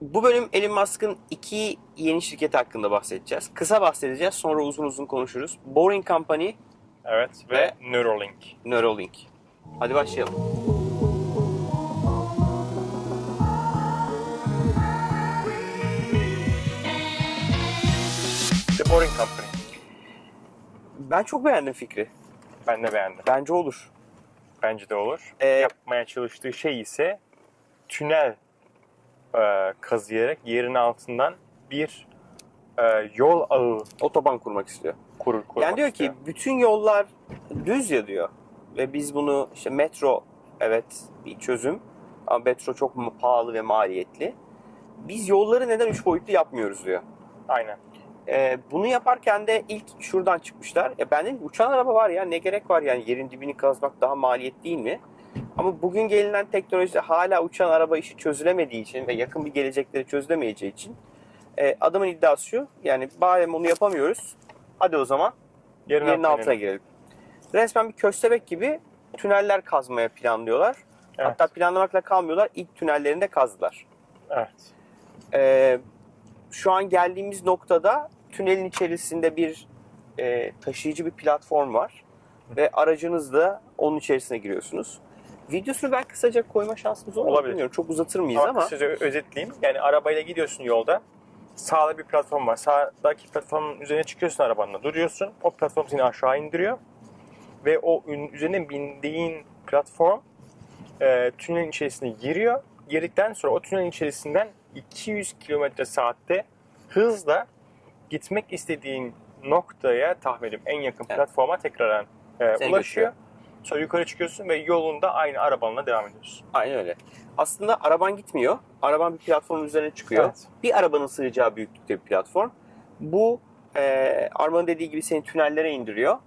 Bu bölüm Elon Musk'ın iki yeni şirket hakkında bahsedeceğiz. Kısa bahsedeceğiz, sonra uzun uzun konuşuruz. Boring Company, Evet ve, Ve- Neuralink. Neuralink. Hadi başlayalım. The Boring Company. Ben çok beğendim fikri. Ben de beğendim. Bence olur. Bence de olur. Ee, Yapmaya çalıştığı şey ise tünel e, kazıyarak yerin altından bir e, yol ağı Otoban kurmak istiyor. kurur kurmak Yani diyor ki istiyor. bütün yollar düz ya diyor. Ve biz bunu işte metro evet bir çözüm ama metro çok mu- pahalı ve maliyetli. Biz yolları neden üç boyutlu yapmıyoruz diyor. Aynen. Ee, bunu yaparken de ilk şuradan çıkmışlar. Ya ben dedim ki, uçan araba var ya ne gerek var yani yerin dibini kazmak daha maliyet değil mi? Ama bugün gelinen teknolojide hala uçan araba işi çözülemediği için ve yakın bir gelecekleri çözülemeyeceği için e, adamın iddiası şu yani bari onu yapamıyoruz. Hadi o zaman Yerin, yerin altına inelim. girelim. Resmen bir köstebek gibi tüneller kazmaya planlıyorlar. Evet. Hatta planlamakla kalmıyorlar. ilk tünellerini de kazdılar. Evet. Ee, şu an geldiğimiz noktada tünelin içerisinde bir e, taşıyıcı bir platform var. Ve aracınızla onun içerisine giriyorsunuz. Videosunu ben kısaca koyma şansımız olur mu Olabilir. bilmiyorum. Çok uzatır mıyız Ama, ama. kısaca özetleyeyim. Yani arabayla gidiyorsun yolda. Sağda bir platform var. Sağdaki platformun üzerine çıkıyorsun arabanla. Duruyorsun. O platform seni aşağı indiriyor. Ve o ün- üzerine bindiğin platform e, tünelin içerisine giriyor. Girdikten sonra o tünelin içerisinden 200 km saatte hızla gitmek istediğin noktaya tahminim en yakın Evet. platforma tekrardan e, Seni götürüyor. ulaşıyor. Sonra yukarı çıkıyorsun ve yolunda aynı arabanla devam ediyorsun. Aynen öyle. Aslında araban gitmiyor. Araban bir platformun üzerine çıkıyor. Evet. Bir arabanın sığacağı büyüklükte bir platform. Bu e, Arma'nın dediği gibi seni tünellere indiriyor.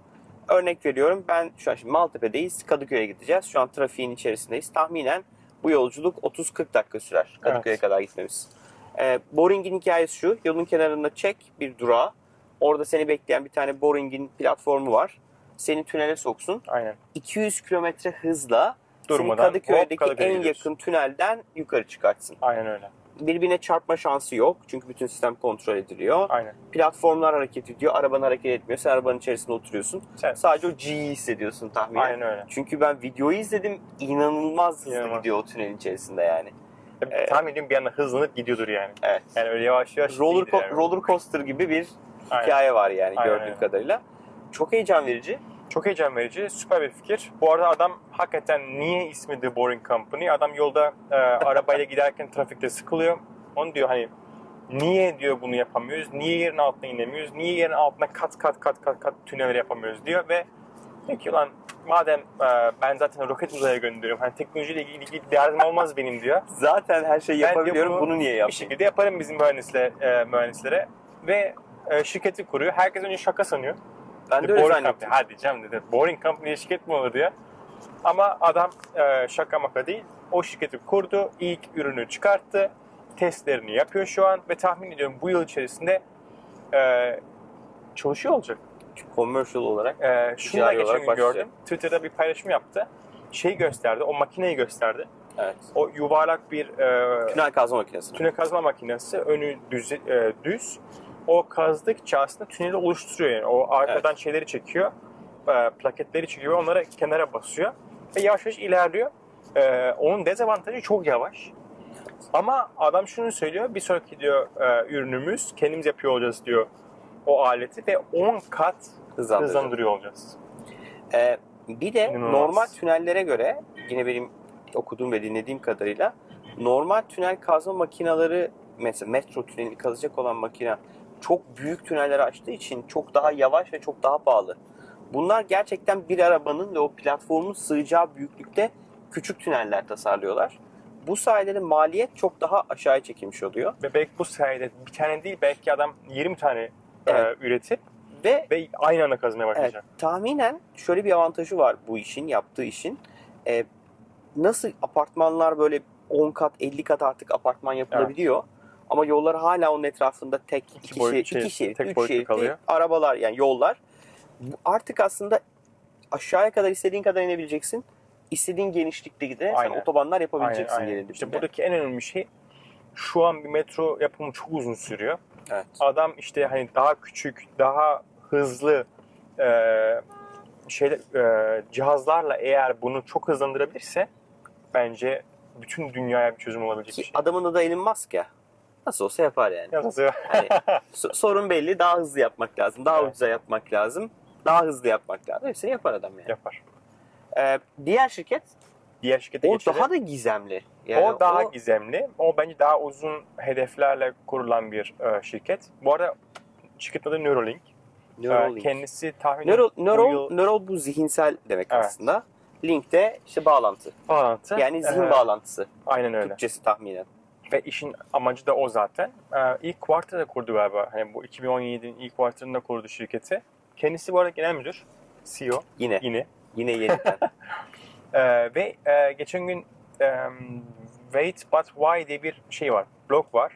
Örnek veriyorum ben şu an şimdi Maltepe'deyiz. Kadıköy'e gideceğiz. Şu an trafiğin içerisindeyiz. Tahminen bu yolculuk 30-40 dakika sürer. Kadıköy'e Evet. kadar gitmemiz. E, Boring'in hikayesi şu. Yolun kenarında çek bir durağa. Orada seni bekleyen bir tane Boring'in platformu var. Seni tünele soksun. Aynen. 200 kilometre hızla Durmadan seni Kadıköy'deki hop Kadıköy'e en gidiyorsun. yakın tünelden yukarı çıkartsın. Aynen öyle. Birbirine çarpma şansı yok çünkü bütün sistem kontrol ediliyor. Aynen. Platformlar hareket ediyor, araban hareket etmiyor. Sen arabanın içerisinde oturuyorsun. Sen- Sadece o G'yi hissediyorsun tahminen. Aynen öyle. Çünkü ben videoyu izledim, inanılmaz hızlı İnanılmaz. gidiyor o tünelin içerisinde yani. Ee, Tabii tahmin ediyorum bir anda hızlanıp gidiyordur yani. Evet. Yani öyle yavaş yavaş roller, değildir yani. co- roller coaster gibi bir Aynen. hikaye var yani Aynen gördüğüm öyle. kadarıyla. Çok heyecan verici. Çok heyecan verici, süper bir fikir. Bu arada adam hakikaten niye ismi The Boring Company? Adam yolda e, arabayla giderken trafikte sıkılıyor. Onu diyor hani niye diyor bunu yapamıyoruz? Niye yerin altına inemiyoruz? Niye yerin altına kat kat kat kat kat tüneller yapamıyoruz diyor ve diyor ki lan madem e, ben zaten roket uzaya gönderiyorum. Hani teknolojiyle ilgili bir derdim olmaz benim diyor. Zaten her şeyi Ben de yapabiliyorum. bunu- bunu, niye bir yapayım? şekilde yaparım bizim mühendisle, e, mühendislere ve e, şirketi kuruyor. Herkes önce şaka sanıyor. Ben de öyle boring zannettim. company. Hadi canım dedi. Boring company şirket mi olur diye. Ama adam e, şaka maka değil. O şirketi kurdu. ilk ürünü çıkarttı. Testlerini yapıyor şu an ve tahmin ediyorum bu yıl içerisinde e, çalışıyor olacak. Commercial olarak. E, şunu da Ticari geçen olarak gün başlayacak. gördüm. Twitter'da bir paylaşım yaptı. Şey gösterdi. O makineyi gösterdi. Evet. O yuvarlak bir e, Tünel kazma makinesi. tünel kazma makinesi önü düz, e, düz. O kazdıkça aslında tüneli oluşturuyor yani. O arkadan şeyleri çekiyor, e, plaketleri çekiyor, onları kenara basıyor ve yavaş yavaş ilerliyor. E, onun dezavantajı çok yavaş. Ama adam şunu söylüyor, bir sonraki diyor e, ürünümüz kendimiz yapıyor olacağız diyor o aleti ve 10 kat Hızlandırıcı. hızlandırıyor olacağız. Ee, bir de İnanılmaz. normal tünellere göre yine benim okuduğum ve dinlediğim kadarıyla normal tünel kazma makineleri mesela metro tüneli kazacak olan makine çok büyük tünelleri açtığı için çok daha yavaş ve çok daha pahalı. Bunlar gerçekten bir arabanın ve o platformun sığacağı büyüklükte küçük tüneller tasarlıyorlar. Bu sayede de maliyet çok daha aşağıya çekilmiş oluyor. Ve belki bu sayede bir tane değil belki adam 20 tane e, Evet. üretip Ve ve aynı anda kazmaya Evet, başlayacak. tahminen şöyle bir avantajı var bu işin, yaptığı işin. Ee, nasıl apartmanlar böyle 10 kat, 50 kat artık apartman yapılabiliyor. Ama yollar hala onun etrafında tek, iki, boyutlu şerit, iki şey- şerit, tek üç boyutlu şeritli kalıyor. arabalar yani yollar. Bu- Artık aslında aşağıya kadar istediğin kadar inebileceksin. İstediğin genişlikte de sen Aynen. otobanlar yapabileceksin Aynen, aynen. yerinde. İşte buradaki en önemli şey Şu an bir metro yapımı çok uzun sürüyor. Evet. Adam işte hani daha küçük, daha hızlı e, şey e, cihazlarla eğer bunu çok hızlandırabilirse bence bütün dünyaya bir çözüm olabilecek Ki bir şey. adamın adı Elon Musk ya. Nasıl olsa yapar yani. Yalnız- Hani so- sorun belli. Daha hızlı yapmak lazım. Daha Evet. ucuza yapmak lazım. Daha hızlı yapmak lazım. Hepsini yapar adam yani. yapar. Ee, diğer şirket Diğer şirkete o geçelim. daha da gizemli. Yani o daha gizemli. O bence daha uzun hedeflerle kurulan bir e, şirket. Bu arada şirketin adı Neuralink. E, Neuralink. kendisi tahmin Neural, neural, Neural- neural bu zihinsel demek Evet. aslında. Link de işte bağlantı. bağlantı. Yani zihin E, bağlantısı. Aynen öyle. Türkçesi tahminen. Ve işin amacı da o zaten. Ee, ilk quarter'da kurdu galiba. Hani bu 2017'nin ilk quarter'ında kurdu şirketi. Kendisi bu arada genel müdür. CEO Yine. yine. Yine yeniden. Ee, ve e, geçen gün e, Wait But Why diye bir şey var. Blog var.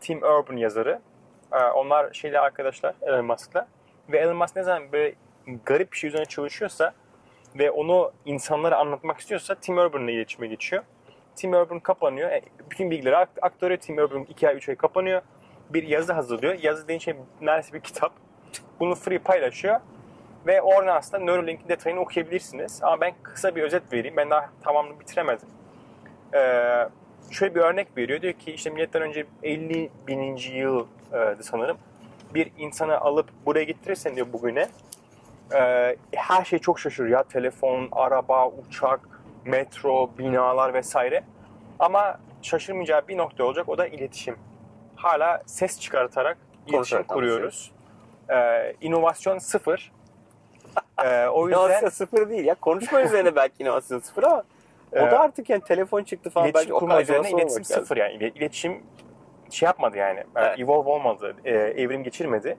Tim Urban yazarı. Ee, onlar şeyle arkadaşlar Elon Musk'la. Ve Elon Musk ne zaman böyle garip bir şey üzerine çalışıyorsa ve onu insanlara anlatmak istiyorsa Tim Urban'la iletişime geçiyor. Tim Urban kapanıyor. E, bütün bilgileri ak- aktarıyor. Tim Urban 2 ay 3 ay kapanıyor. Bir yazı hazırlıyor. Yazı dediğin şey neredeyse bir kitap. Bunu free paylaşıyor. Ve oradan aslında Neuralink'in detayını okuyabilirsiniz. Ama ben kısa bir özet vereyim. Ben daha tamamını bitiremedim. Ee, şöyle bir örnek veriyor. Diyor ki işte milletten önce 50 bininci yıl e, sanırım bir insanı alıp buraya getirirsen diyor bugüne e, her şey çok şaşırır ya. Telefon, araba, uçak, metro, binalar vesaire. Ama şaşırmayacağı bir nokta olacak o da iletişim. Hala ses çıkartarak iletişim Konuşarak kuruyoruz. E, inovasyon sıfır. E, o yüzden inovasyon sıfır değil ya. Konuşma üzerine belki inovasyon sıfır ama o Ee, da artık yani telefon çıktı falan. iletişim bence o kurma kadar üzerine zorlamak iletişim lazım. sıfır yani. İle- İletişim şey yapmadı yani. e, Evet. Evolve olmadı. e, Evrim geçirmedi.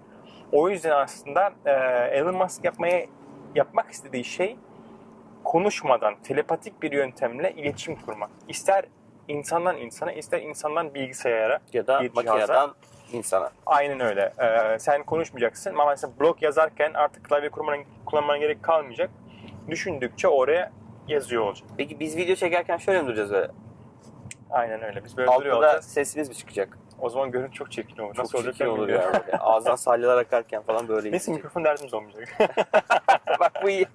O yüzden aslında e, Elon Musk yapmaya yapmak istediği şey konuşmadan telepatik bir yöntemle iletişim kurmak. İster insandan insana, ister insandan bilgisayara. Ya da bir cihaza. makineden insana. Aynen öyle. E, sen konuşmayacaksın ama mesela blog yazarken artık klavye kurmana, kullanmana gerek kalmayacak. Düşündükçe oraya yazıyor olacak. Peki biz video çekerken şöyle mi duracağız böyle? Aynen öyle. Biz böyle duruyor Altta da olacağız. sesimiz mi çıkacak? O zaman görüntü çok çirkin olur. Nasıl Çok olacak çirkin ben olur bilmiyorum. yani. Böyle Ağızdan salyalar akarken falan böyle Neyse izleyecek. mikrofon derdimiz olmayacak. Bak bu iyi.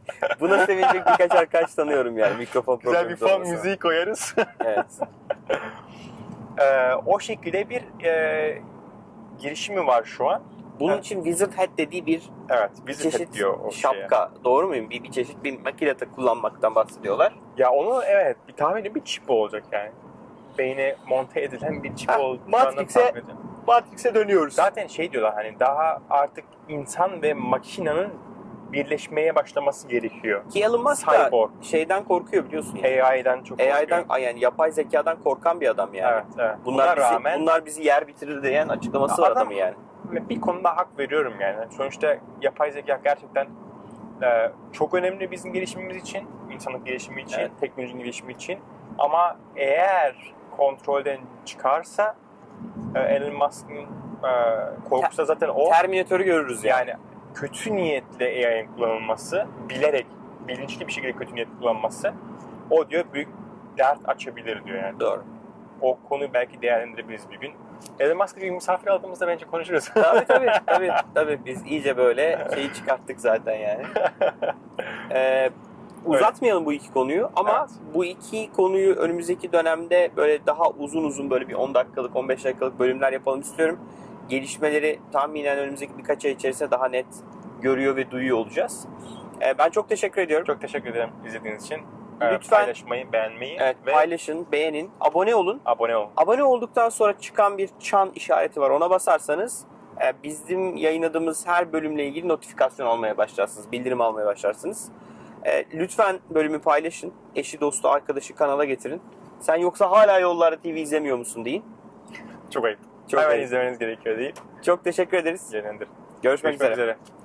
Buna sevinecek birkaç arkadaş tanıyorum yani mikrofon Güzel bir problemimiz fon olmasa. müziği koyarız. Evet. Ee, o şekilde bir e, girişimi var şu an. Bunun Evet. için Wizard Hat dediği bir Evet, visit çeşit Hat diyor o şeye. şapka. Doğru muyum? Bir, bir çeşit bir makinede kullanmaktan bahsediyorlar. Ya onu evet, bir tahmini bir çip olacak yani. Beyne monte edilen bir çip Ha, olacağını Matrix'e- tahmin ediyorum. Matrix'e dönüyoruz. Zaten şey diyorlar hani daha artık insan ve makinenin birleşmeye başlaması gerekiyor. Ki Elon Musk da Cyborg. Şey şeyden korkuyor biliyorsun yani. AI'den çok AI'dan korkuyorum. ay yani yapay zekadan korkan bir adam yani. evet, evet. Bunlar bizi, Buna rağmen bunlar bizi yer bitirir diyen açıklaması var Adam- adamı yani. Ve bir konuda hak veriyorum yani. Sonuçta yapay zeka gerçekten e, çok önemli bizim gelişimimiz için, insanlık gelişimi için, Evet. teknolojinin gelişimi için. Ama eğer kontrolden çıkarsa e, Elon Musk'ın e, korkusu da zaten o. Terminatörü görürüz yani. Yani kötü niyetle AI'nin kullanılması, bilerek, bilinçli bir şekilde kötü niyetle kullanılması o diyor büyük dert açabilir diyor yani. Doğru. O konuyu belki değerlendirebiliriz bir gün. Elon Musk'ı bir misafir aldığımızda bence konuşuruz. tabii tabii tabii tabii biz iyice böyle şeyi çıkarttık zaten yani. Ee, uzatmayalım bu iki konuyu ama bu iki konuyu önümüzdeki dönemde böyle daha uzun uzun böyle bir 10 dakikalık 15 dakikalık bölümler yapalım istiyorum. Gelişmeleri tahminen önümüzdeki birkaç ay içerisinde daha net görüyor ve duyuyor olacağız. Ee, ben çok teşekkür ediyorum. Çok teşekkür ederim izlediğiniz için. Ee, Lütfen- paylaşmayı, beğenmeyi Evet, ve paylaşın, beğenin, abone olun. abone olun. Abone olduktan sonra çıkan bir çan işareti var. Ona basarsanız e, bizim yayınladığımız her bölümle ilgili notifikasyon almaya başlarsınız. Bildirim almaya başlarsınız. E, Lütfen bölümü paylaşın. Eşi, dostu, arkadaşı kanala getirin. Sen yoksa hala yollarda TV izlemiyor musun deyin. Çok ayıp. Çok, Hemen iyi. izlemeniz gerekiyor deyip Çok teşekkür ederiz. yönlendir. Görüşmek üzere. üzere.